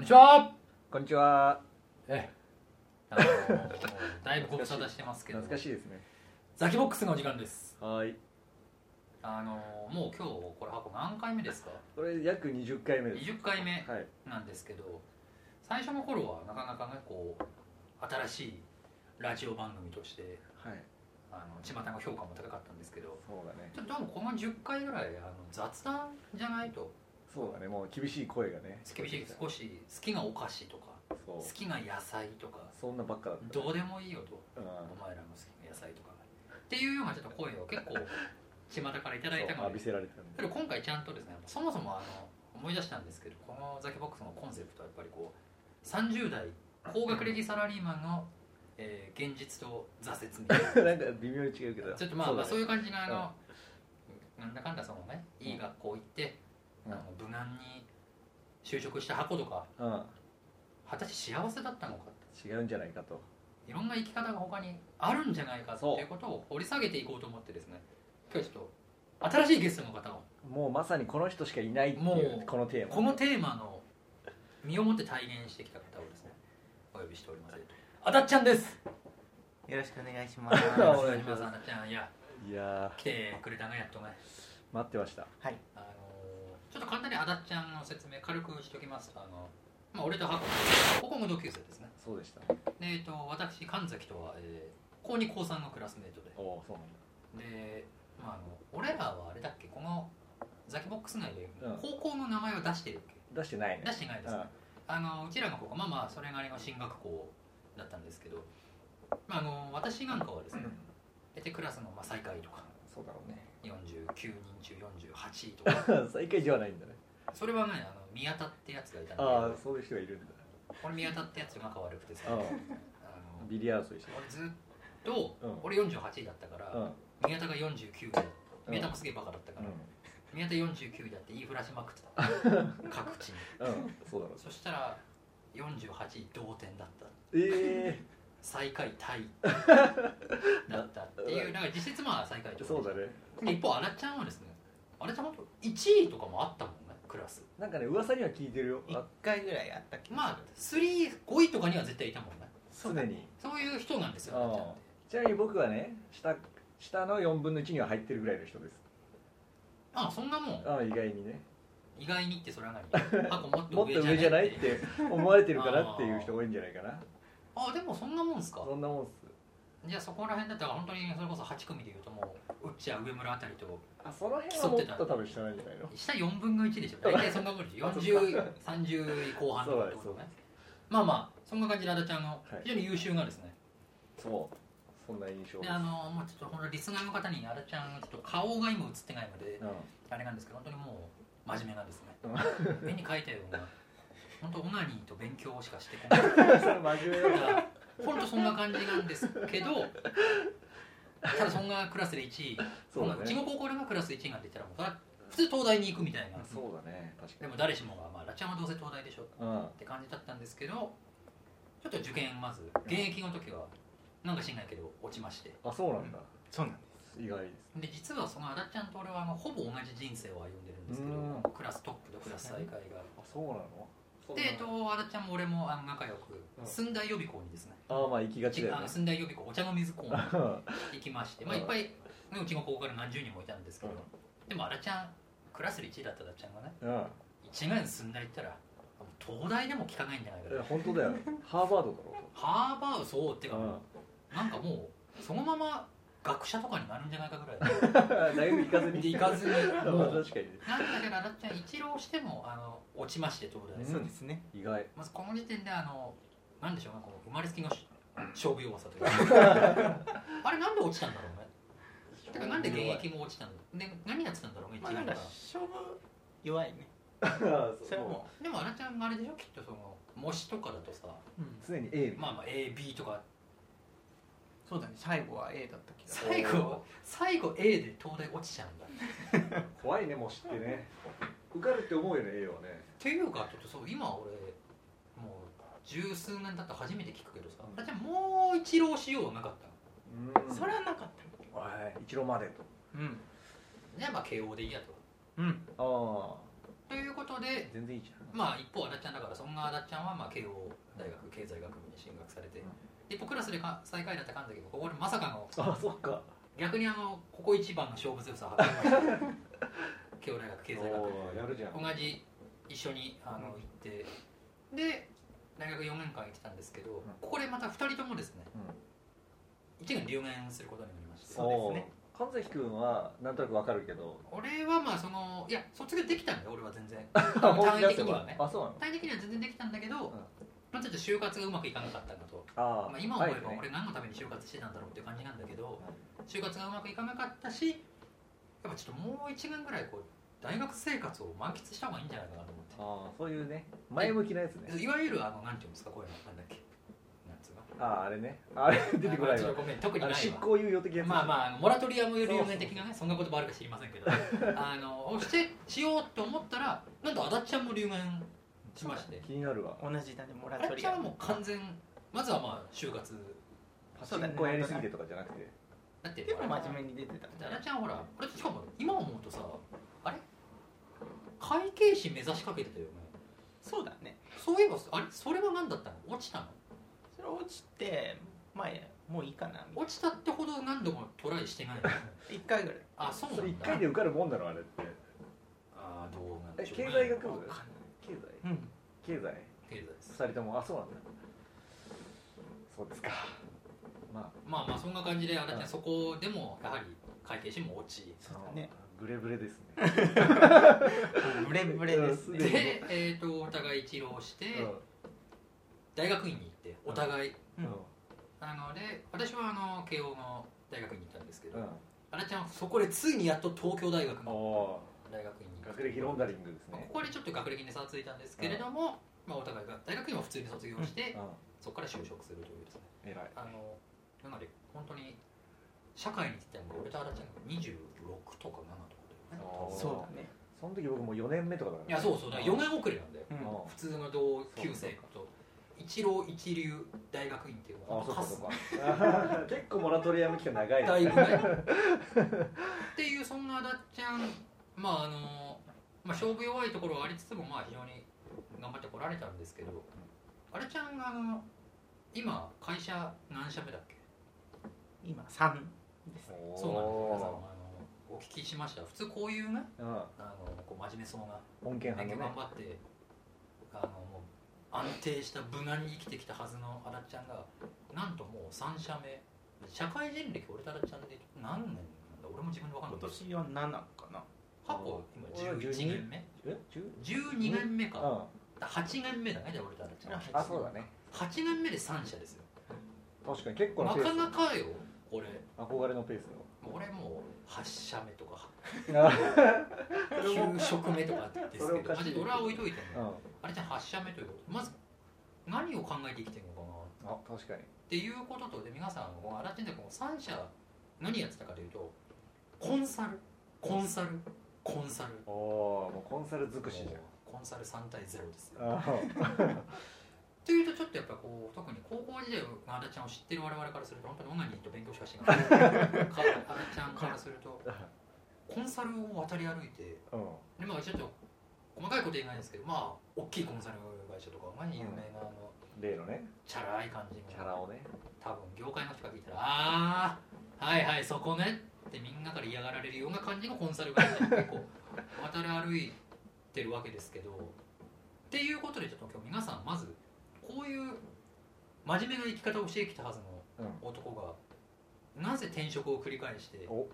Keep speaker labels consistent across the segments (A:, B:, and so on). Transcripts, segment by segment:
A: にちは
B: こんにちは。
A: え
C: あのーだいぶご無沙汰してますけど
B: 懐かしいですね。
C: ザキボックスのお時間です
B: はい。
C: あのーもう今日これ箱何回目ですか
B: これ約20回目です。
C: 20回目
B: はい。
C: なんですけど、最初の頃はなかなかねこう新しいラジオ番組として
B: はい。
C: あの巷の評価も高かったんですけど
B: そうだね。
C: ちょっとどうもこの10回ぐらいあの雑談じゃないと
B: そうだね。もう厳しい声がね。
C: 少し少し好きなお菓子とか
B: そう
C: 好。きな野菜とか
B: そんなばっかだった。
C: どうでもいいよと
B: うん。
C: お前らの好きな野菜とかっていうようなちょっと声を結構巷からいただいた
B: そう
C: の
B: 浴び
C: で
B: せられてたん
C: け
B: で。
C: ど今回ちゃんとですねそもそもあの思い出したんですけどこのザキボックスのコンセプトはやっぱりこう30代高学歴サラリーマンの、えー現実と挫折みたい
B: なんか微妙に違うけど。
C: なちょっとまあそう,、まあ、そう
B: う
C: いう感じのあの、なんだかんだそのねいい学校行って、
B: うん
C: あの無難に就職した箱とか
B: だね。
C: 果たして幸せだったのか
B: うん。違うんじゃないかと。
C: いろんな生き方が他にあるんじゃないかって
B: そう
C: いうことを掘り下げていこうと思ってですね今日はちょっと新しいゲストの方を
B: もうまさにこの人しかいないってい
C: も
B: う
C: う
B: このテーマ。
C: このテーマの身をもって体現してきた方をですねお呼びしておりますあたっちゃんです
D: よろしくお願いします。
B: あ
C: あ
B: お願いします
C: あたっちゃんいや
B: いや
C: 来てくれたねやっとね
B: ー待ってました。
D: はい。
C: あのーちょっと簡単にあたっちゃんの説明軽くしておきますとあのまあ俺とハコここも同級生ですね
B: そうでした。
C: でえっと私神崎とは、えー高2高3のクラスメートで
B: おおー、そうなんだ。
C: で、まあ、あの俺らはあれだっけこのザキボックス内で
B: うん
C: 高校の名前を出してるっけ、
B: 出してないね
C: 出。してないですね、あのうちらの高校まあまあそれなりの進学校だったんですけど、まあ、あの私なんかはです
B: う
C: ね
B: ん
C: 大体クラスのまあ最下位とか
B: そうだろうね。
C: 49人中48位と か
B: 再開ではないんだね。
C: それはねあの宮田ってやつがいたん
B: ああ
C: で、
B: そういう人がいるんだ。
C: この宮田ってやつが仲悪くてさ、あの
B: う ビリヤードと一緒。
C: 俺ずっと、
B: うん
C: 俺48位だったから、
B: うん。
C: 宮田が49位だ宮田もすげえバカだったから、
B: う
C: 宮田49位だって言いふらしまくって た各地に
B: ん。うん。そうだろう。
C: そしたら48位同点だった
B: ええー。
C: 最下位タイだったって いうなんか実質まあ最下位ってこと
B: そう
C: で
B: だね
C: 一方あらちゃんはですねあらちゃん本当1位とかもあったもんねクラス
B: なんかね噂には聞いてるよ
D: 一回ぐらいあった気
C: まあ
D: が
C: 35位とかには絶対いたもんね
B: 常に
C: そういう人なんですよあらちゃんって
B: ちなみに僕はね下下の4分の1には入ってるぐらいの人です
C: あそんなもん
B: ああ意外にね
C: 意外にってそれは何箱
B: も
C: も
B: っ
C: っ
B: と
C: と
B: 上
C: 上
B: じ
C: じ
B: ゃ
C: ゃ
B: な
C: ないい
B: っ
C: ってて
B: 思われてるからっていう人多いんじゃないかな
C: あでもそんなもんすか
B: そんなもんっす
C: じゃあそこら辺だったら本当にそれこそ8組でいうともううっちゃ上村あたりと
B: あその辺はもっと多分下なんじゃないの
C: 下4分の1でしょ大体そんなもんでしょ4030位後半とかってこと
B: そうだ
C: ねまあまあそんな感じであだちゃんの
B: い
C: 非常に優秀なですね、
B: そうそんな印象で
C: ですあのもうちょっとこのリスナーの方にあだちゃんのちょっと顔が今映ってないので あれなんですけど本当にもう真面目なんですね 目に描いたような本当オナニーと勉強しかしてこない
B: うんそれ真面目だな
C: 本当そんな感じなんですけどただそんなクラスで1位
B: そうだ
C: うち
B: ね
C: の高校でもクラス1位が出たらもうそれは普通東大に行くみたいな
B: そうだね確か
C: で
B: に
C: も誰しもが、まあ、ラチャンはどうせ東大でしょっ
B: うん
C: て感じだったんですけどちょっと受験まず現役の時はなんか知んないけど落ちまして
B: あそうなんだ
D: そうなんで
B: 意外です
C: で実はそのあだっちゃんと俺はあのほぼ同じ人生を歩んでるんですけ
B: うん
C: どクラストップとクラス最下位が
B: あそうなの
C: で、えっと、あだっちゃんも俺もあの仲良く
B: うん
C: 寸大予備校にですね
B: ああまあ行きがちだよ
C: あ
B: ね
C: の寸大予備校お茶の水コーナー
B: う
C: 行きまして、まあ、
B: うん
C: いっぱい、ね、うちの高校から何十人もいたんですけど、
B: うん
C: でもあだちゃんクラスで1位だったあだっちゃんがね
B: んうん
C: 1年寸大行ったら東大でも聞かないんじゃないかと
B: え本当 だよハーバードだろ
C: ハーバードそうって
B: う
C: か、なんかもうそのまま学者とかになるんじゃないかぐら い
B: ん大学行かず
C: で
B: に
C: 行かずに
B: ま
C: も
B: あ
C: う
B: 確かに
C: なんだけどあだっちゃん一浪してもあの落ちまして東大、
B: うん
D: す。そうですね。
B: 意外
C: まずこの時点であのなんでしょうねこの生まれつきのし勝負弱さというか あれなんで落ちたんだろうねてかなんで現役も落ちたんだで何やってたんだろうね
D: まあ
C: 一
D: なん
C: 年
D: か
C: 間
D: 勝負弱いね。そ
B: そ
D: れ
B: れ
D: は
B: も
D: も
C: でもあだちゃんあれでしょきっとその模試とかだとさ
D: う、うん、
B: 常に A
C: まあまあ AB とか
D: そうだね。最後は A だった気がする。
C: 最後最後 A で東大落ちちゃうんだ
B: 怖いねもう知ってね受かるって思うよね A はね
C: っていうかちょっとそう今俺もう十数年経って初めて聞くけどさ、
B: うん
C: あじゃあもう一浪しようはなかったの
B: うん
D: それはなかっ
B: はい一郎までと
D: た。うん。
C: じゃあまあ慶応でいいやと
D: うん。
B: ああ
C: とということで
B: 全然いいじゃん
C: まあ一方あだっちゃんだからそんなあだっちゃんはまあ慶応大学経済学部に進学されて、
D: うん
C: 一方クラスでか最下位だった神崎がここでまさかの
B: あそっか
C: 逆にあのここ一番の勝負強さを発揮しました慶応大学経済学部
B: おーやるじゃん
C: 同じ一緒にあの行ってで大学4年間行ってたんですけど、ここでまた2人ともですね1年留年することになりまして
D: そうですね
B: おー神崎君はなんとなくわかるけど
C: 俺はまあそのいや卒業できたんだよ俺は 全然
B: 本
C: 単
B: 気
C: 位
B: 出
C: 的
B: せ
C: には
B: ば
C: ね
B: あそうなの
C: 単位的には全然できたんだけど、まあちょっと就活がうまくいかなかったんだと、
B: あー
C: まあ、今思えば
B: はいね
C: 俺何のために就活してたんだろうっていう感じなんだけど就活がうまくいかなかったしやっぱちょっともう1年ぐらいこう大学生活を満喫した方がいいんじゃないかなと思って
B: あーそういうね前向きなやつね
C: いわゆるあのなんていうんですかこういうのなんだっけなんつうの
B: あああれねあれ出てこない
C: あちょ
B: わ
C: っとごめん特に
B: あ
C: ない
B: れ
C: わ
B: 執行猶予的やつ
C: まあまあモラトリアム留
B: そうそう
C: 年的なねそんな言葉あるか知りませんけ どあのをしてしようと思ったらなんとあだっちゃんも留年しまして
B: 気になるわ
D: 同じだねモ
C: あ
D: ラ
C: だ
D: ト
C: っ
D: リ
C: ちゃん
D: ア
C: は
D: ム
C: もう完全まずはまあ就活
B: パチ
D: そうだ
B: ン
D: ね
B: コやりすぎてとかじゃなくて
C: だって
D: でも
C: あれ
D: 真面目に出てた
C: あだっちゃんはほら俺しかも今思うとさあれ会計士目指しかけてたよね
D: そうだね
C: そういえばあれそれは何だったの落ちたの
D: それ落ちてまあもういいかなみたい
C: 落ちたってほど何度もトライして ないの
D: な一回ぐらい
C: あそうなん
B: そ
C: だ
B: れ一回で受かるもんなのあれって
C: あーどうなんでしょう、
B: え経済学部
C: わかんない
B: 経済
D: うん
B: 経済
C: 経済です
B: 二人ともあそうなんだそうですかま
C: まあまあそんな感じであれ
B: うん
C: ねそこでもやはり会計士も落ち
D: そう
B: あ
D: だね
B: グレブレですね
D: ブレブレです
B: うんすで
D: ね
C: で、えー、とお互い一浪して
B: う
C: 大学院に行ってお互い
D: うん
B: ん
C: なので私はあの慶応の大学院に行ったんですけど、
B: うん
C: あれちゃんはそこでついにやっと東京大学
B: お
C: の
B: お
C: 大学院に
B: ー
C: 行って
B: 学歴ローダリングです
C: まあこ
B: ね
C: こでちょっと学歴に差がついたんですけれども、まあ、お互いが大学院は普通に卒業して、
B: う
C: そこから就職するというですね
B: ん偉い
C: あのなので本当に社会に行っても俺とあらちゃんが26とか7とかだよね
B: あー
D: そうだね
B: その時僕もう4年目とかだか
C: い
B: ら
C: やそうそうだから4年遅れなんだよ
D: うん
B: うん
C: 普通の同級生と一浪一流大学院っていうの
B: あ
C: は
B: そう
C: か
B: か
C: す
B: そう か結構モラトリアム期間長いね
C: だいぶねっていうそんなあだっちゃんまああの、まあ、勝負弱いところはありつつもまあ非常に頑張ってこられたんですけどあだっちゃんがあの今会社何社目だっけ
D: 今三です
B: おー
C: そうなんですよ皆さんあのお聞きしました普通こういうね
B: うん
C: あのこう真面目そうな
B: 本件派
C: 勉強
B: のね
C: 頑張ってあのもう安定した無難に生きてきたはずのあらっちゃんがなんともう3社目社会人歴俺とあらっちゃんで何年なんだ俺も自分で分かんない
D: 今
C: 過去
D: 年は七かな
C: 今11年目
B: え10
C: 12年目
B: う
C: か
B: ん
C: だから8年目だねじゃあ俺とあらっちゃん
D: あ
B: あそうだね
C: 8年目で3社ですよ
B: 確かに結構
C: な
B: なペー
C: か
B: ス
C: なかよ俺
B: 憧れのペース
C: 俺もう8社目とか
B: だ よ
C: 9食目とかです
B: そ
C: け
B: れお
C: ど
B: か
C: マ
B: しい
C: ジで俺は置いといてね
B: うん
C: あれじゃん8社目ということまず何を考えて生きてるのかなっ
B: あ確かに
C: ていうこととで皆さんあらちんでこの3社何やってたかというとコンサルコンサルコンサル
B: おおもうコンサル尽くしじ
C: もうコンサル3対0ですよ
B: ゃんあー
C: というとちょっとやっぱこう特に高校時代のあらちゃんを知ってる我々からすると本当にオナニーと勉強しかしてないかあらちゃんからするとコンサルを渡り歩いて
B: う
C: で
B: ん
C: まあちょっと細かいこと言えないですけどまあ大きいコンサル会社とかまあ有名なあの
B: 例のね
C: チャラい感じの
B: キャラをね
C: 多分業界の人が聞いたら「ああはいはいそこね」ってみんなから嫌がられるような感じのコンサル会社に結構渡り歩いてるわけですけどっていうことでちょっと今日皆さんまずこういう真面目な生き方をしてきたはずの
B: うん
C: 男がなぜ転職を繰り返して
B: お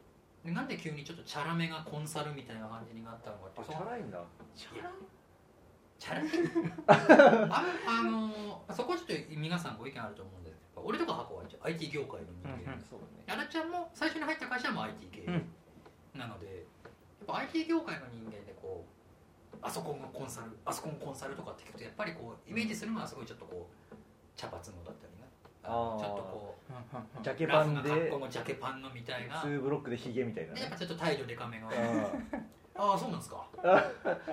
C: でなんで急にちょっとチャラめがコンサルみたいな感じになったのかって
B: あ
C: いう
B: チ
C: その
B: ャラいんだ
D: チャラ
C: チャラいああのーそこはちょっと皆さんご意見あると思うんですけど俺とか箱は一応 IT 業界の人間、
D: うんうん
B: そうだね
C: あらちゃんも最初に入った会社も IT 系、
D: うん
C: なのでやっぱ IT 業界の人間でこうあそこのコンサルあそこのコンサルとかって聞くとやっぱりこうイメージするのはすごいちょっとこう茶髪のだったりねあの
B: あー
C: ちょっとこ
D: うん
B: ジャ
C: う
B: ケ
C: ラ
B: パ
C: フ
B: ン
C: な
B: で
C: 格好のジャケパンのみたいな
B: 2ブロックでヒゲみたいな
C: でやっ
B: ね
C: ぱちょっと態度でかめの
B: う
C: ああそうなんですか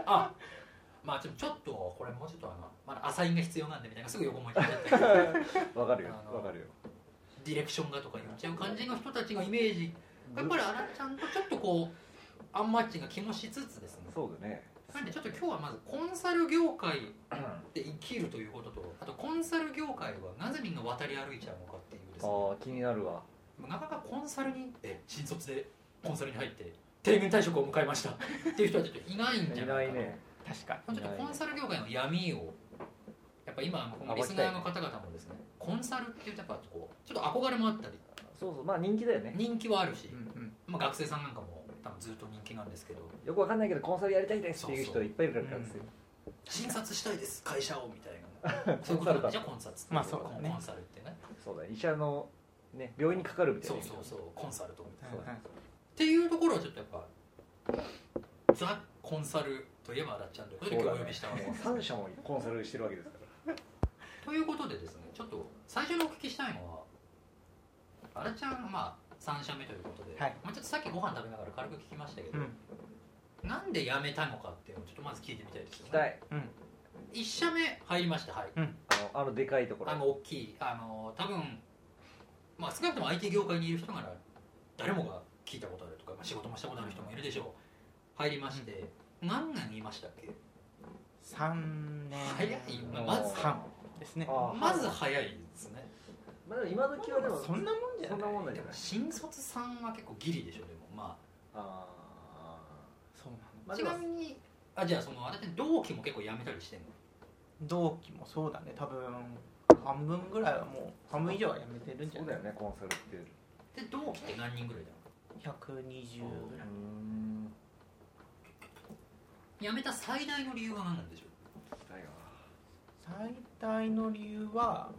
C: あまあちょちょっとこれもうちょっとあのまだアサインが必要なんでみたいなすぐ横向いて やっちゃったり
B: ん わかるよ
C: あの
B: わかるよ
C: ディレクションがとか言っちゃう感じの人たちのイメージやっぱりあらちゃんとちょっとこうアンマッチが気もしつつですね
B: そうだね
C: ぱりねちょっと今日はまずコンサル業界で生きるということとあとコンサル業界はなぜみんな渡り歩いちゃうのかっていうですね
B: ああ気になるわ
C: なかなかコンサルにえ新卒でコンサルに入って定年退職を迎えましたっていう人はちょっといないんじゃ
B: い
C: な
B: ないい
C: かな
B: ね
D: 確か
C: まあちょっとコンサル業界の闇をやっぱ今このリスナーの方々もですねコンサルっていうとやっぱこうちょっと憧れもあったり
B: そうそうまあ人気だよね
C: 人気はあるし
D: に、う、ん
C: まあ、学生さんなんかも多分ずっと人気なんですけど
B: よくわかんないけどコンサルやりたいですっていう
C: そう
B: 人
C: そう
B: いっぱいいるからですよ
C: 診察したいです会社をみたいなそういうことなんじゃコンサルって
D: まあそうだね
C: コンサルってね
B: そうだね医者のね病院にかかるみたい
C: そ
B: な
C: うそうそうコンサルトみたいな
D: うんうん
C: っていうところはちょっとやっぱザ・コンサルといえばあらっちゃんということで
B: そう
C: 今日お
B: だね
C: 呼びしたわけです
B: 三社もコンサルしてるわけですか
C: ということでですねちょっと最初にお聞きしたいのはあらちゃんがまあ3社目ということで、
D: はい
C: まあ、ちょっとさっきご飯食べながら軽く聞きましたけど、
D: うん
C: なんで辞めたのかっていうのをちょっとまず聞いてみたいですよ
B: ら
C: ね
B: 来たい
C: 1社目入りましたはい
B: あのあのでかいところ
C: あの大きいあの多分まあ少なくとも IT 業界にいる人なら誰もが聞いたことあるとか、まあ、仕事もしたことある人もいるでしょう入りまして、何年いましたっけ
D: 三年
C: 早いまあまず
D: 半ですね
B: あ
C: まず早いですね
B: まあでも今時はでも
D: そんなもんじゃ
B: そんな
D: ない
B: もんなんじ
C: で
B: ゃ
C: も
B: ない
C: 新卒さんは結構ギリでしょでもま
B: あ
D: そうな
C: あ
B: ーま
D: の
B: あ
C: ち
B: でも
C: なみにあじゃあそのあれって同期も結構辞めたりしてんの
D: 同期もそうだね多分半分ぐらいはもう半分以上はやめてるんじゃ
B: そう
D: な
B: だ
D: い
B: よねコンサルって
C: で同期って何人ぐらいだ
D: 120ぐらい
C: ろ
B: ん
C: う辞めた最大の理由は何なんでしょ
B: 来たいわ
D: 最大の理由は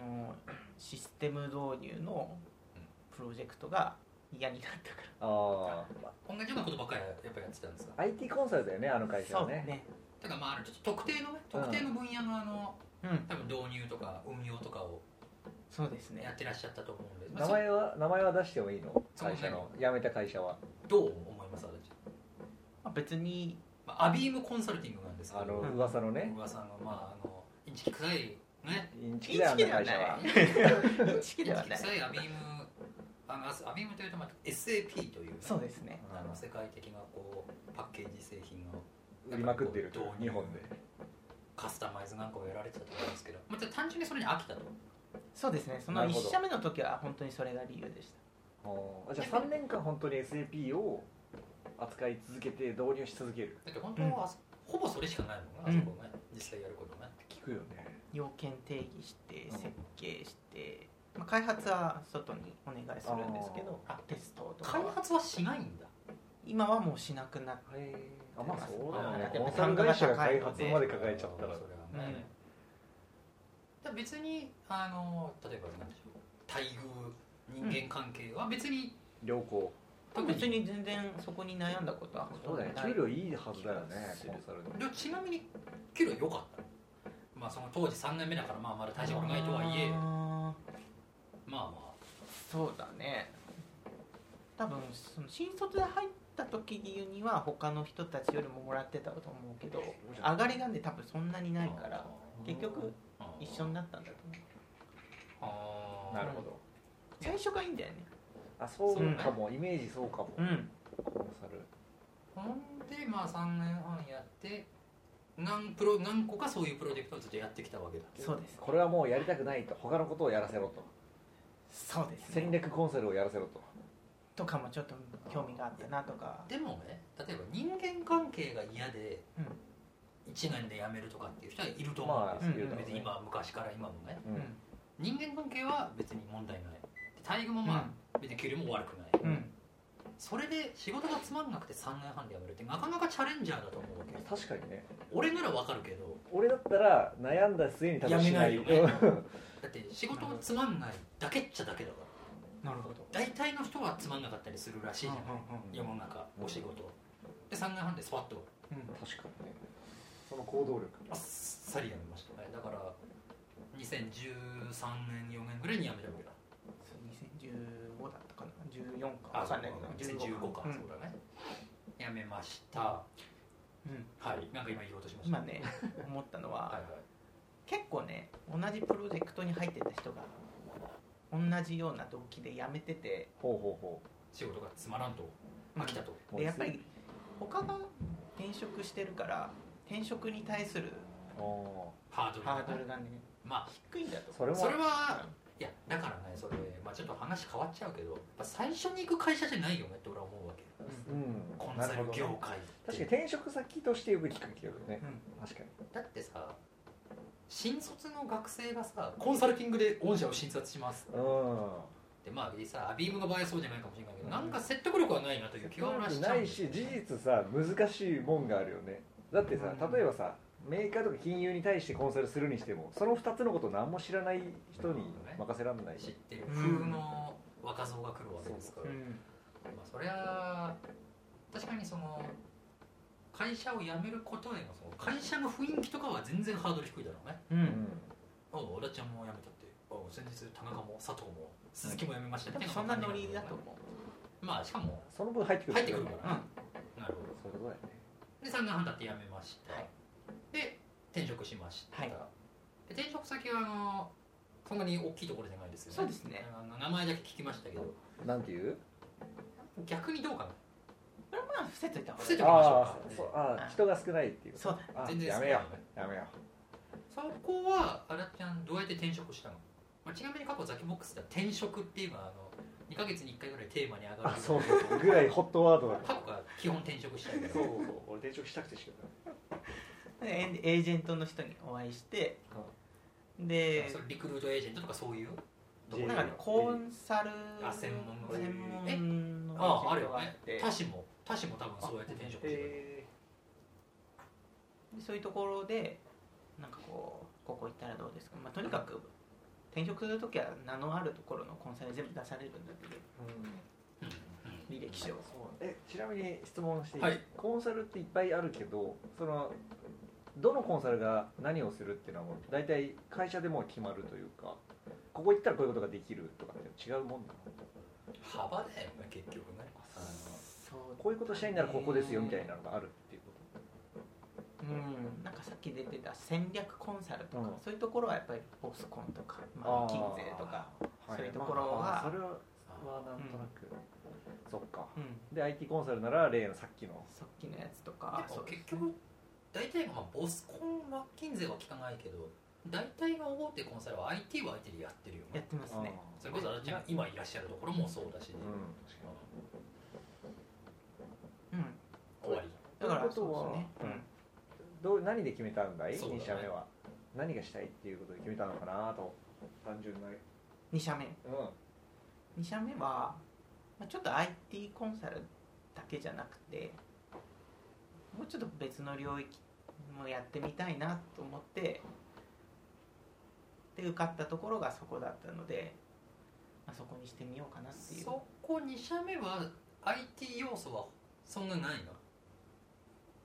D: あのシステム導入のプロジェクトが嫌になったか
B: あ
C: う同じようなことばっかりやっぱやってたんですか
B: あ IT コンサルだよねあの
D: ら
B: 会社はね
C: だからまああのちょっと特定のね特定の分野のあの、
D: そうねうん
C: 多分導入とか運用とかを
D: そうですね
C: やってらっしゃったと思うんで、まあ
B: 名前は名前は出してもいいの
C: そう
B: 会社の辞めた会社は
C: そどう思いますあれちゃん
D: まあ別に
C: まあ、アビームコンサルティングなんですけ
B: あ
C: ど
B: の
D: うん
B: 噂のね
C: 噂のまああのインチキ臭いね
B: インチキだよあんな会社は
D: 認
C: イ
D: 識
C: ンチ
D: で は
C: キ
D: ない
C: 臭いアビームあのあすアビームというと、まあ、SAP という,、
D: そうですね
C: あの世界的なこうパッケージ製品の
B: 売りまくってると
C: 導入
B: 日本で
C: カスタマイズなんかをやられてたと思うんですけど、まあ、じゃあ単純にそれに飽きたと
D: そうですねその
B: なるほど
D: 1社目の時は本当にそれが理由でし
B: あじゃあ3年間本当に SAP を扱い続けて導入し続ける
C: だって本当は、ほぼそれしかないもんな、あそこね実際やることね
B: 聞くよね
D: た要件定義して
B: うん
D: 設計して、まあ、開発は外にお願いするんですけど
C: あー
D: テストとか
C: 開
D: は
C: 発はしないんだ
D: 今はもうしなくなっ
B: へえあまあそうだよ
C: ま
B: ね
C: あ
B: コンサル会社が開発まで抱えちゃったら
C: それはね、だから別にあの例えば何でしょう待遇人間関係は別に、
B: 良好
D: た別に全然そこに悩んだことはほ
B: そ
D: とん
B: う
D: ど
B: だ
D: ない
B: ね給料いいはずだよね
D: す
B: コ
D: る
B: ンサルの
C: でちなみに給料良かったまあその当時3年目だからまあまだ大したことないとはいえ
D: あ
C: まあま
D: ーそうだね多分その新卒で入った時には他の人たちよりももらってたと思うけど上がりがね多分そんなに
C: あ
D: ないから結局一緒になったんだと思う
C: あー
B: なるほど
D: 最初がいいんだよね
B: あそうかもイメージそうかも
D: うん
B: コンサル
C: ほんでまあ3年半やって何プロ何個かそういうプロジェクトをずっとやってきたわけだ
D: そうです
B: これはもうやりたくないと他のことをやらせろと
D: そうです
B: 戦略コンサルをやらせろと
D: とかもちょっと興味があったなとか
C: でもね例えば人間関係が嫌で
D: うん
C: 1年で辞めるとかっていう人はいると思うん
B: ま
C: で
B: あ
C: すよ、
B: 言うと
C: 別に
B: ね
C: 今は昔から今もね
B: う
D: うんん
C: 人間関係は別に問題ない待遇もまあ別に給料も悪くない、
D: うん
C: それで仕事がつまんなくて3年半で辞めるってなかなかチャレンジャーだと思うわけよ
B: 確かにね
C: 俺ならわかるけど
B: 俺だったら悩んだ末に多分しない
C: やめないよね
B: うん
C: だって仕事もつまんないだけっちゃだけだから
D: なるほど
C: 大体の人はつまんなかったりするらしいじゃない、
B: うん
C: 世の中お仕事で3年半でスパッと
B: 確かにねその行動力
C: あっさり辞めましたねだから2013年4年ぐらいに辞めたわけだ
D: 2015だったかな14か分かんないけど
C: 2015か、
D: うん
C: そうだね辞めました
D: うん
C: はいなんか今言おうとしました
D: 今ね思ったの
C: はい
D: は
C: はい
D: 結構ね同じプロジェクトに入ってた人が同じような動機で辞めてて
B: ほうほうほ
C: 仕事がつまらんと飽きたと、
B: うもう
D: でやっぱり他が転職してるから転職に対する
B: お
C: ハードルが
D: ハードルがね
C: ま
D: 低いんだと
B: それ
C: あ
B: も
C: それはいやだからねそれ、まあ、ちょっと話変わっちゃうけどやっぱ最初に行く会社じゃないよねって俺は思うわけ
B: うん
C: コンサル
B: ね
C: 業界っ
B: 確かに
C: て、
B: 転職先としてよく聞くけどね
D: うん
B: 確かに
C: だってさ新卒の学生がさコンサルティングで御社を診察します
B: う
C: でまあさアビームの場合はそうじゃないかもしれないけど、
B: うん
C: なんか説得力はないなというん気は俺はしちゃ
B: な
C: うん
B: い
C: ですよ
B: し事実さ難しいもんがあるよねだってさ
D: うん
B: 例えばさメーカーとか金融に対してコンサルするにしてもその2つのこと何も知らない人に任せられない
C: 知っ
B: して
C: る風の若造が来るわけですから、
D: うん
C: まあ、そりゃ確かにその会社を辞めることへのその会社の雰囲気とかは全然ハードル低いだろうね
D: う
B: うんん
C: あ小田ちゃんも辞めたってあ先日田中も佐藤も鈴木も辞めました
D: 多分そんなノリだと思
C: まあしかも
B: その分入ってくる
C: 入ってくるか
B: そう
C: ら、なるほど
B: いうことだよね
C: で3年半経って辞めました、
D: はい
C: で転職しました、
D: はい
C: で転職先はあのそんなに大きいところじゃないですよね
D: そうですね
C: あの名前だけ聞きましたけど
B: なんていう
C: 逆にどうかな
D: うこれまあ伏せといた方
C: 伏
D: がい
C: せ
D: い
C: ときましょう
B: あ
C: か
B: あそうああ人が少ないっていう
D: そう
B: あ
C: 全然
B: やめよ
C: 少ないう
B: やめよ
C: そこはあらちゃんどうやって転職したの、まあ、ちなみに過去ザキボックスでは転職っていうのはあの2ヶ月に1回ぐらいテーマに上がる
B: うあそうそうそう ぐらいホットワードだ
C: 過去は基本転職したけど
B: そうそうそう俺転職したくてしか
D: エエージェントの人にお会いしてで
C: それリクルートエージェントとかそういう
B: れ
D: なんかねコンサル
C: あ専門の
D: 専門の
C: え
D: エージ
C: ああある
D: ェント
C: よ
D: があっ
C: ね
D: て
C: 他社も他社も多分そうやって転職してくる、
B: え
D: でそういうところでなんかこうここ行ったらどうですか、まあ、とにかく転職するときは名のあるところのコンサル全部出されるんだけど
C: うん
D: 履歴書
B: そう
D: を
B: えちなみに質問していい、
C: はい
B: コンサルっていっぱいあるけどそのどのコンサルが何をするっていうのはもう大体会社でもう決まるというかここ行ったらこういうことができるとかって違うもんなの
C: 幅だよね結局ねあの
D: そう
B: こういうことしたいならここですよみたいなのがあるっていうこと
D: うんなんかさっき出てた戦略コンサルとか、
B: うん
D: そういうところはやっぱりボスコンとか、まあ、
B: あー
D: 金税とか、そういうところは
B: まあそれはなんとなく、そっか
D: うん、
B: で IT コンサルなら例のさっきの
D: さっきのやつとか
C: でも
D: そう
C: 結局大体がまあボスコンは金税は聞かないけど大体が大手コンサルは IT は IT でやってるよ
D: やっ
C: ね
D: てますね
B: あー
C: それこそあらちゃんが今いらっしゃるところもそうだし、
B: うん
D: うん
C: 終わり
D: だから
B: ということは
D: そうですね、
B: どう何で決めたんだい、
C: そうだね
B: 2社目は何がしたいっていうことで決めたのかなと単純なう
D: うん、2社目
B: ん
D: 2社目は、まあ、ちょっと IT コンサルだけじゃなくてもうちょっと別の領域もやってみたいなと思ってで受かったところがそこだったので、まあ、そこにしてみようかなっていう
C: そこ2社目は IT 要素はそんなないの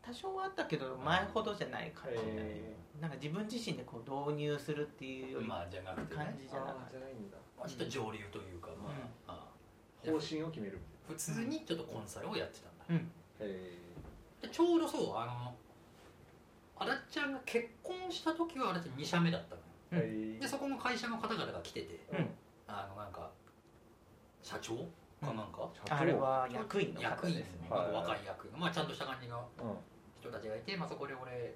D: 多少はあったけど前ほどじゃない感じ、
B: え
D: なんか自分自身でこう導入するっていうより、
C: まあじゃなくて、ね
D: 感じじゃなかった
B: ないんだ
C: まあちょっと上流というか、ま
D: うん
C: あああ
B: 方針を決める
C: 普通にちょっとコンサルをやってたんだ、
D: うん
B: へ
C: でちょうどそうあのあらちゃんが結婚した時はあらちゃん2社目だったのよ
D: うん
B: え
C: でそこの会社の方々が来てて
D: うん
C: あのなんか社長かなんか、
D: あれは役員の方
C: 役員
D: で
C: ですすね、
D: ね
B: はい
C: なんか若い役員まあちゃんとした感じの
B: うん
C: 人たちがいて、まあ、そこで俺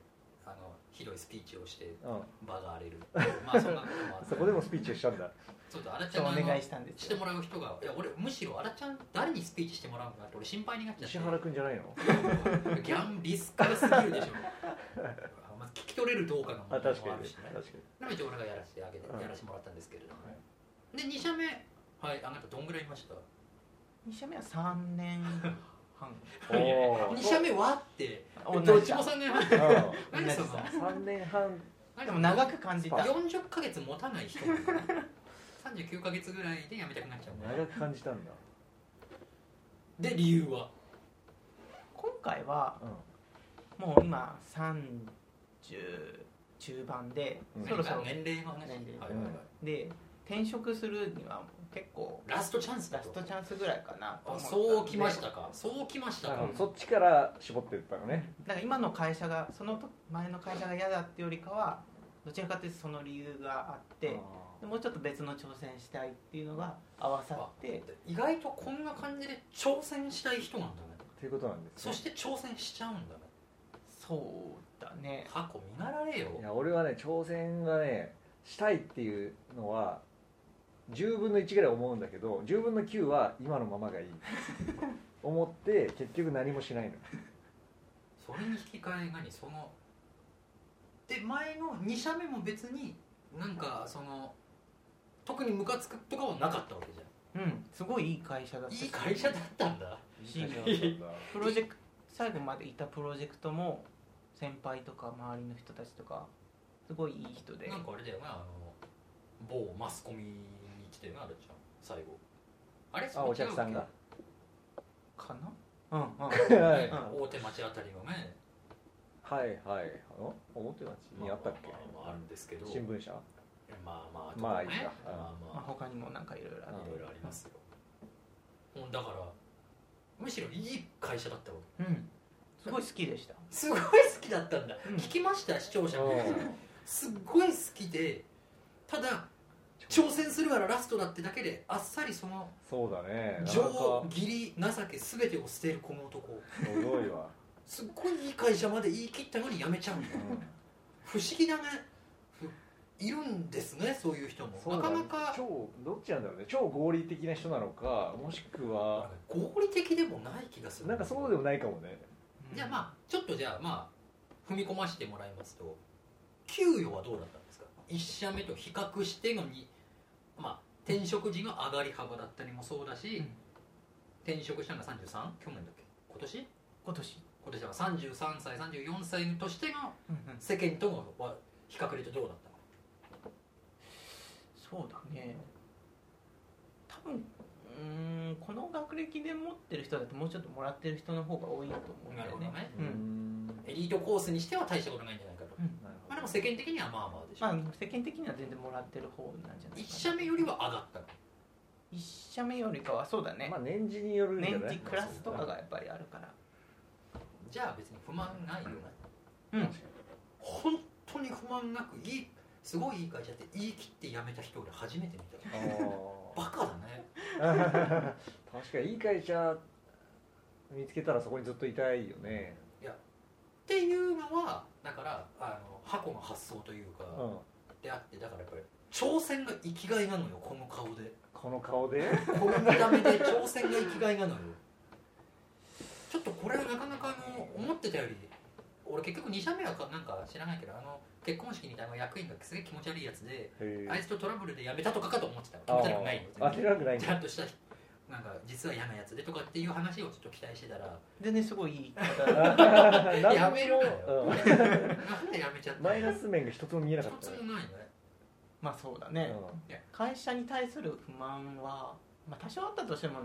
C: あのひどいスピーチをして
B: うん
C: 場が荒 れるまあそんなこともあって
B: そこでもスピーチをしたんだ
C: ちょっとあらち
D: そ
C: ゃ
D: うんお
C: の
D: 願いしたんです
C: して
D: よ
C: もらう人がいや俺むしろあらちゃん誰にスピーチしてもらうのかなって俺心配になっちゃって
B: 石原君じゃないの
C: ギャンリスカルすぎるでしょまあ聞き取れるどうかの
B: あ
C: 問題
B: 確
C: も
B: か
C: ある
B: に
C: しね
B: 確か
C: なので一応俺がやらせてあげて、
B: うん
C: やらせてもらったんですけれども、
B: は
C: で2社目はいあなたどんぐらいいました
D: 2社目は3年半
B: にお
C: 2社目はって
D: 同
C: どっ
D: じ
C: ちも
D: だ
C: 3年半
B: ー
C: 何その
B: 3年半
C: 何
D: でも長く感じた
C: 40ヶ月持たない人なんだよ39ヶ月ぐらいで辞めたくなっちゃうんだよ
B: 長く感じたんだ
C: で理由は
D: 今回は
B: うん
D: もう今30中盤で、
B: うん
D: そろそろ
C: 年齢の話
D: 年齢
C: はいはいはい
D: で転職するには結構
C: ラストチャンスだ
D: ラ
C: と
D: ストチャンスぐらいかな
C: あ
D: と思ったんで
C: そうきましたかそうきましたか
B: あのそっちから絞っていったのね
D: だから今の会社がそのと前の会社が嫌だってよりかはどちらかというとその理由があってでもうちょっと別の挑戦したいっていうのが合わさって
C: 意外とこんな感じで挑戦したい人なんだね
B: ということなんです、
C: そして挑戦しちゃうんだね
D: そうだね
C: 過去見習えよ
B: いや俺はね挑戦がねしたいっていうのは10分の1ぐらい思うんだけど10分の9は今のままがい い思って結局何もしないの
C: それに引き換え何そので前の2社目も別になんかその特にムカつくとかはなかったわけじゃん
D: うんすごいいい会社だったし
C: いい会社だったんだ
D: いい会社だった
B: んだ
D: プロジェクト最後までいたプロジェクトも先輩とか周りの人たちとかすごいいい人で
C: なんかあれだよなあの某マスコミに来てなあれじゃん最後あれ
B: あお客さんが
D: かなうんうん
C: その
B: は
C: 違う
B: い
C: っけうん大手町あたりのね
B: はいはいあの表町にあったっけ、
C: まあまあまああるんですけど
B: 新聞社
C: まあまあ
B: まあいいか
C: ね
B: うん
C: まあ
D: まあ
C: ま
D: 他にもなんかいろいろあ
C: あ
D: っ
C: いろいろありますよもうだからむしろいい会社だったわ
D: てうんすごい好きでした
C: すごい好きだったんだ、
D: うん
C: 聞きました視聴者も
B: うん
C: すっごい好きでただ挑戦するからラストだってだけであっさりその
B: そうだねなか
C: 情
B: なか
C: 義理情け全てを捨てるこの男
B: すごいわ、
C: すっごいいい会社まで言い切ったのに辞めちゃうんだ
B: うん
C: 不思議だねふいるんですねそういう人も
B: そう
C: な
B: だ
C: か
B: ね
C: なか
B: 超どっちなんだろうね超合理的な人なのかもしくは
C: 合理的でもない気がする
B: なんかそうでもないかもね
C: じゃあまあちょっとじゃあまあ踏み込ましてもらいますと給与はどうだったんですか1社目と比較してのにまあ転職時の上がり幅だったりもそうだし、
D: うん
C: 転職したのが 33? 去年だっけ今年
D: 今年
C: 今年は33歳34歳としての
D: うんうん
C: 世間とのは比較で言うとどうだったの
D: そうだね多分うーんこの学歴で持ってる人だともうちょっともらってる人の方が多いと思うん
C: な
D: だ
C: る
D: よ
C: ほど
D: ね
C: ね
D: うん
B: ん
C: エリートコースにしては大したことないんじゃないかと、
D: うん
B: なる
C: まあで
B: ほど
C: も世間的にはまあまあでしょ、
D: まあ世間的には全然もらってる方なんじゃないか
C: 1
D: な
C: 社目よりは上がったの
D: 一社目よりかはそうだね
B: まあ年次によるんじゃ
D: 年
B: ない
D: 次クラスとかがやっぱりあるから
C: じゃあ別に不満ないよね
D: うん
C: 本当に不満なくいいすごいいい会社って言い切って辞めた人俺初めて見た
B: あー
C: バカだね
B: 確かにいい会社見つけたらそこにずっといたいよね
C: っていうのはだからあの箱の発想というか、
B: うん
C: であってだからやっぱり挑戦が生きがいなのよこの顔で
B: この顔 で
C: この見た目で挑戦が生きがいなのよちょっとこれはなかなかあの思ってたより俺結局2社目はかなんか知らないけどあの結婚式みたいな役員がすげえ気持ち悪いやつで
B: へ
C: あいつとトラブルで辞めたとかかと思ってた気
B: あ
C: 持ち悪くないよ
B: ーあてなくないん
C: ちゃ
B: だ
C: んとしたなんか実は嫌なやつでとかっていう話をちょっと期待してたら
D: 全然すごいいい 方
C: やめろよ、
B: うん
C: なんでやめちゃったの
B: マイナス面が一つも見えな
C: 一
B: かった
C: つ
B: ね
C: もないね
D: まあそうだね、
B: うん
D: 会社に対する不満は、まあ、多少あったとしても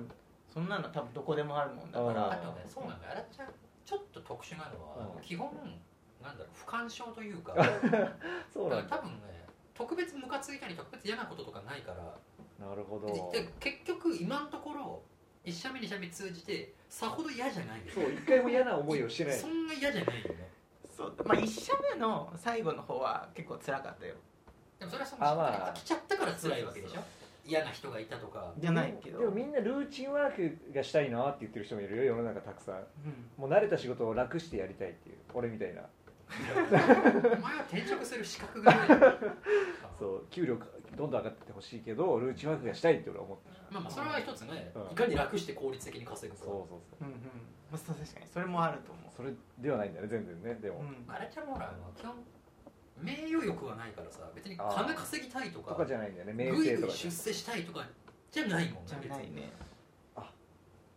D: そんなの多分どこでもあるもんだか
C: あ
D: ら
C: とねそうなんだやらっちゃんちょっと特殊なのは、
B: うん
C: 基本なんだろう不干渉という か
B: そう
C: だ
B: な
C: から多
B: んだ
C: 分ね特別ムカついたり特別嫌なこととかないから
B: なるほど
C: で結局今のところ1社目2社目通じてさほど嫌じゃないよ
B: そう一回も嫌な思いをしてない
C: そんな嫌じゃないよね
D: そうまあ1社目の最後の方は結構辛かったよ
C: でもそれはその
B: あま
C: 飽
B: あ
C: きちゃったから辛いわけでし
D: そう
C: ょ嫌な人がいたとか
D: じゃないけど
B: でもみんなルーチンワークがしたいなって言ってる人もいるよ世の中たくさん
D: うん
B: もう慣れた仕事を楽してやりたいっていう俺みたいな
C: お前は転職する資格がない
B: そう給料どんどん上がってってほしいけどルーチンワークがしたいって俺は思ってる
C: まあまあそれは一つね、
B: うん
C: いかに楽して効率的に稼ぐか
B: そうそうそう
D: うんうんまあそう確かにそれもあると思
B: それではないんだね全然ねでも、
D: う、うん、
C: あれちゃんもほらあの基本名誉欲はないからさ別に金稼ぎたいと
B: と
C: か
B: かじゃないんだよね名
C: ぐい
B: 声
C: ぐ
B: と
C: い
B: か
C: 出世したいとかじゃないもん
D: じゃ
C: 別に
D: ないね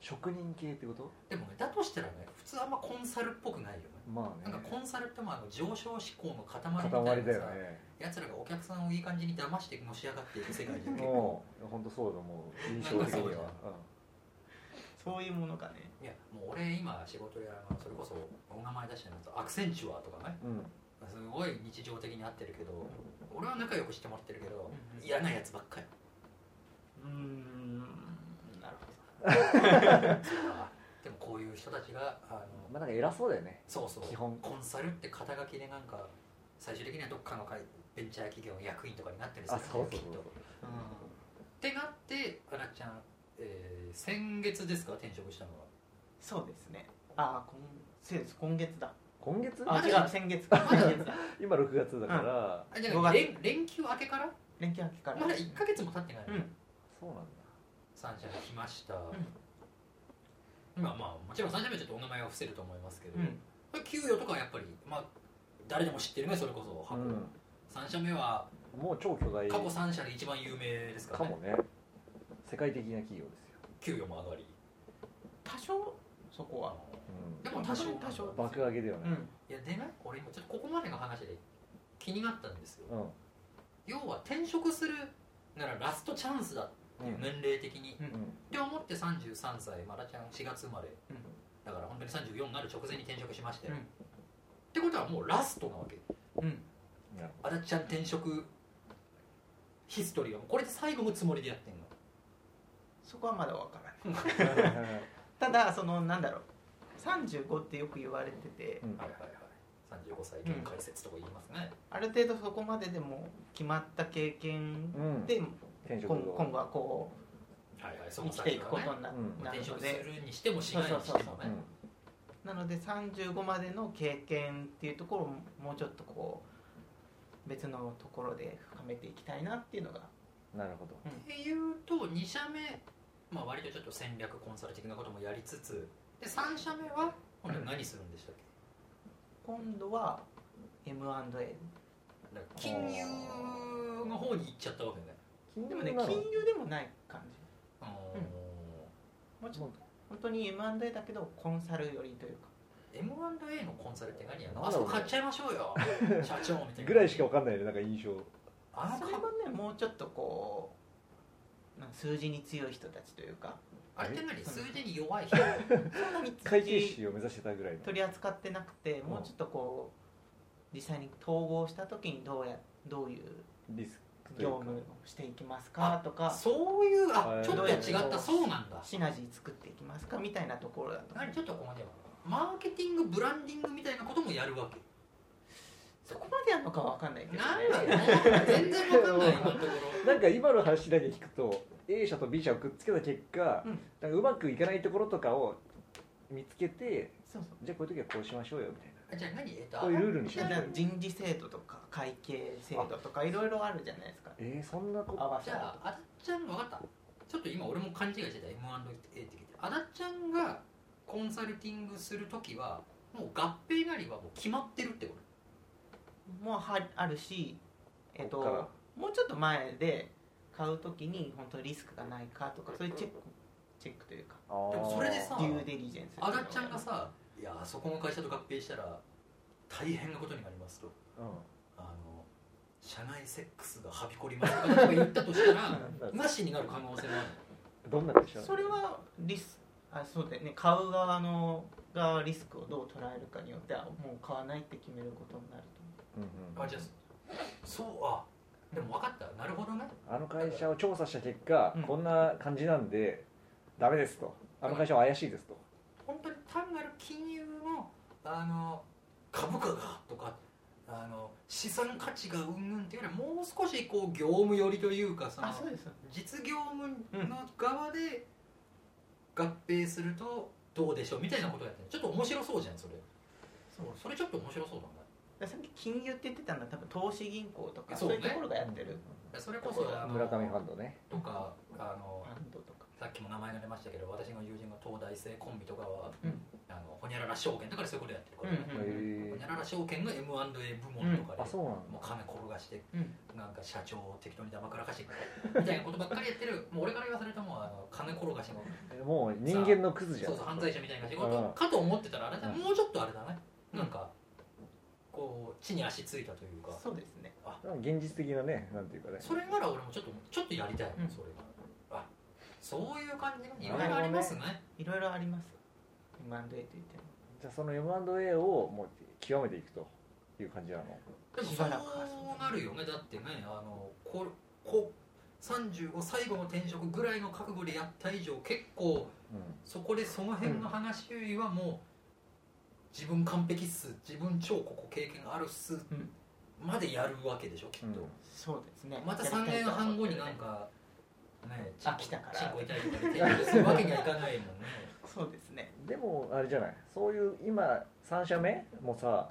B: 職人系ってこと
C: でもねだとしたらね普通あんまコンサルっぽくないよね
B: まあ
C: なん
B: ね
C: かコンサルってもあの上昇志向の塊みたいな
B: 塊だよ
C: さ、
B: ね
C: やつらがお客さんをいい感じに騙してのし上がっていく世界じゃ ん
B: もう本当そうだもう印象的に
C: な
B: は
C: んか
D: そういうものがね
C: いやもう俺今仕事であのそれこそお名前出してるのとアクセンチュアとかね
B: うん、うん、
C: すごい日常的に会ってるけど俺は仲良くしてもらってるけど
D: うんうん
C: 嫌なやつばっかり
D: うーんなるほ
C: あでもこういう人たちがあの
B: まあなんか偉そうだよね
C: そうそう
B: 基本
C: コンサルって肩書きでなんか最終的にはどっかの会ベンチャー企業の役員とかになってるんですよ
B: あそうそうそう
C: きっとってなってあらちゃん、えー先月ですか転職したのは
D: どそうですねああ今そうです今月だ
B: 今月
D: あ
C: ま
D: 違
C: だ
D: う先月か先月だ
B: 今6月だから、
C: あじゃ
D: 五
C: あ
D: 月
C: 連連休明けから
D: 連休明けから
C: まだ1か月も経ってない、
D: うん
B: そうなんだ
C: サンシャイン来ました、
D: ん
C: 今まあもちろんサンシャインはちょっとお名前は伏せると思いますけど、
D: うん
C: これ給与とかはやっぱりまあ誰でも知ってるねそれこそ箱、
B: う
C: 3社目は
B: ん、もう超巨大
C: 過去3社で一番有名ですから
B: か
C: ね
B: もね世界的な企業ですよ、
C: 給与も上がり
D: 多少そこは
C: でも多少
D: 多少
B: うん、爆上げだよ
D: う
B: ね、
D: ん
C: いやでね俺今ちょっとここまでの話で気になったんですよ
B: うん
C: 要は転職するならラストチャンスだっていう年齢的に、っ
B: うん
C: て思って33歳マラちゃん4月生まれ、
D: うん
C: だから本当に34になる直前に転職しましたよ、
D: うん
C: ってことはもうラストなわけ
D: うん
B: なる
C: 足立ちゃん転職ヒストリーはもうこれで最後のつもりでやってんの
D: そこはまだわからない
B: ほどはいはいはい
D: ただそのなんだろう35ってよく言われてて
B: うん
C: はいはいはい35歳限界説とか言いますね、
D: ある程度そこまででも決まった経験
B: うん、
D: で
B: 転職
D: 今
B: 後
D: 今後はこ
C: はいはいうそ
D: 生
C: の
D: きて
C: 先
D: いくこ
C: はね
D: とにな
B: うん
D: なる
C: 転
D: の
C: 職す
D: で
C: るにしてもしないにしてもね
D: なので35までの経験っていうところをもうちょっとこう別のところで深めていきたいなっていうのが
B: うん、なるほど
C: っていうと2社目、まあ、割とちょっと戦略コンサル的なこともやりつつで3社目は今度は何するんでしたっけ
D: 今度は M&A
C: だから金融の方に行っちゃったわけね
B: 金
D: で
B: 融
D: もね
B: なの
D: 金融でもない感じ
C: あの
D: もうちょっと本当に M&A だけどコンサル寄りというか
C: M&A のコンサルって何やの
B: なん
C: あ
B: だ
C: そ
B: ろう
C: こ買っちゃいましょう よ社長みたいな
B: ぐらいしかわかんないねなんか印象
C: あ
D: そ
C: の
D: れは
C: か
D: ねもうちょっとこうなんか数字に強い人たちというか
C: あれって何数字に弱 い人
D: そんなに
B: 会計士を目指してたぐらいの
D: 取り扱ってなくてもうちょっとこう実際に統合した時にどうやどういう
B: リスクという
D: 業
B: か
D: 務をしていきますかとか
C: そういう
B: は
C: あ
B: い
C: ちょっと違ったそうなんだ
D: シナジー作っていきますかみたいなところだと
C: 何ちょっとここまではマーケティングブランディングみたいなこともやるわけ
D: そこまでやるのかは分かんないけど
C: なんだ
D: ね
C: ろう全然わかんない今のとこ
B: なんか今の話だけ聞くと A 社と B 社をくっつけた結果、
D: うん
B: なんかうまくいかないところとかを見つけて
D: そうそう
B: じゃあこういう時はこうしましょうよみたい
C: ろじゃあ何えっと
B: なこういうルールにし
D: だ
B: ま
D: か
B: しょう
D: ら
B: よ
D: 人事制度とか会計制度とかいろいろあるじゃないですか
B: えー、そんなこ
D: 合
B: と
D: わ
C: じ
D: せ
C: ゃああだっちゃん分かったちょっと今俺も勘違いしてた M&A って聞いてあだっちゃんがコンサルティングするときはもう合併なりはもう決まってるってこと
D: もはあるし、えっと、
B: こっから
D: もうちょっと前で買うときに本当にリスクがないかとかそういうチェックチェックというか
C: でもそれでさ
D: デューデリジェンス
C: あだっちゃんがさ「いやあそこの会社と合併したら大変なことになります」と
B: う
C: 「あの社内セックスがはびこります」とか言ったとしたら
B: ん、
C: なしになる可能性もある
B: どんな会社
D: それはリスあそうだよね買う側のがリスクをどう捉えるかによってはもう買わないって決めることになる
B: うんうん
C: あじゃあそうあでも分かったなるほどね
B: あの会社を調査した結果、
D: うん
B: こんな感じなんでダメですとあの会社は怪しいですと、
C: 本当に単なる金融のあの株価がとかあの資産価値がうんぬんっていうよりはもう少しこう業務寄りというか
D: と
C: さ
D: 思うあそうです
C: 実業務の側で合併するとどうでしょうみたいなことやってるちょっと面白そうじゃんそれ
D: そう
C: それちょっと面白そうだ
D: でさっき金融って言ってたのは多分投資銀行とか
C: そ
D: そうう,、
C: ね
D: いうところがやってる
C: ねそれこそあの
B: 村上ファンドね
C: とかあの
D: ファンドとか、
C: さっきも名前が出ましたけど私の友人の東大生コンビとかは
D: うん
C: あのほにゃらら証券だからそういうことやってるから、
D: う
B: へ
D: ん
C: ほ
B: え
C: にゃらら証券の M&A 部門とかで、
B: あそうなん
C: もう金転がして
D: うん、
C: なんか社長を適当に黙らかしてみたいなことばっかりやってるもう俺から言わされたもうあの金転がしの
B: だもう人間のクズじゃ
C: そ
B: ん
C: うそう犯罪者みたいな仕
B: うん
C: 事かと思ってたらあれだ
B: うん
C: もうちょっとあれだね
D: うん
C: なんかこう地に足ついたというか
D: そうですね
B: 現実的なねなんていうかね
C: それなら俺もちょっとちょっとやりたいもん
D: うん
C: それがあそういう感じがいろいろありますね
D: いろいろあります M&A と言っても
B: じゃあその M&A をもう極めていくという感じなの
C: でも
D: しばらくは
C: そうなるよねだってねあのここ35最後の転職ぐらいの覚悟でやった以上結構
B: うん
C: そこでその辺の話よりはもう、自分完璧っす自分超ここ経験あるっす、
D: ん
C: までやるわけでしょきっと、
D: そうですね
C: また3年半後になんかね
D: あ来たから
C: チンコ痛いとか言ってするわけにはいかないもんね
D: そうですね
B: でもあれじゃないそういう今3社目もさ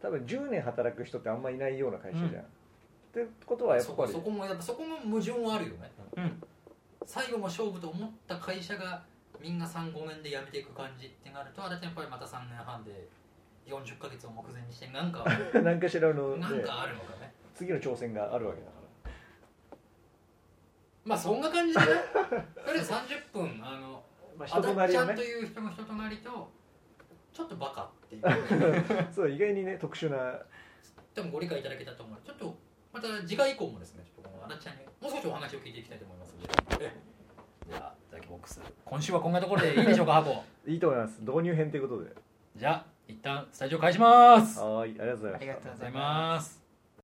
B: 多分10年働く人ってあんまいないような会社じゃん、ってことはやっ
C: そ
B: ぱ
C: こ
B: り
C: そこもやっぱそこも矛盾はあるよね
D: うん
C: 最後も勝負と思った会社がみんな35年で辞めていく感じってなるとあれってやっぱりまた3年半で40ヶ月を目前にしてなんか
B: 何かしらの、ね
C: なん、かあるのかね
B: 次の挑戦があるわけだから
C: まあそんな感じでねとりあえず30分あの、
B: まあ、
C: あ
B: 人と
C: だ
B: な
C: っ
B: り
C: ち
B: を
C: ゃん
B: ね
C: という人の人となりとちょっとバカっていう
B: そう意外にね特殊な
C: でもご理解いただけたと思うちょっとまた次回以降もですねちょっとこのあだっちゃんにもう少しお話を聞いていきたいと思いますのでじゃあザキボックス今週はこんなところでいいでしょうか箱
B: いいと思います導入編ということで
C: じゃあ一旦スタジオ返します
B: はーいありがとうございました
D: ありがとうございます
C: ありがとうございます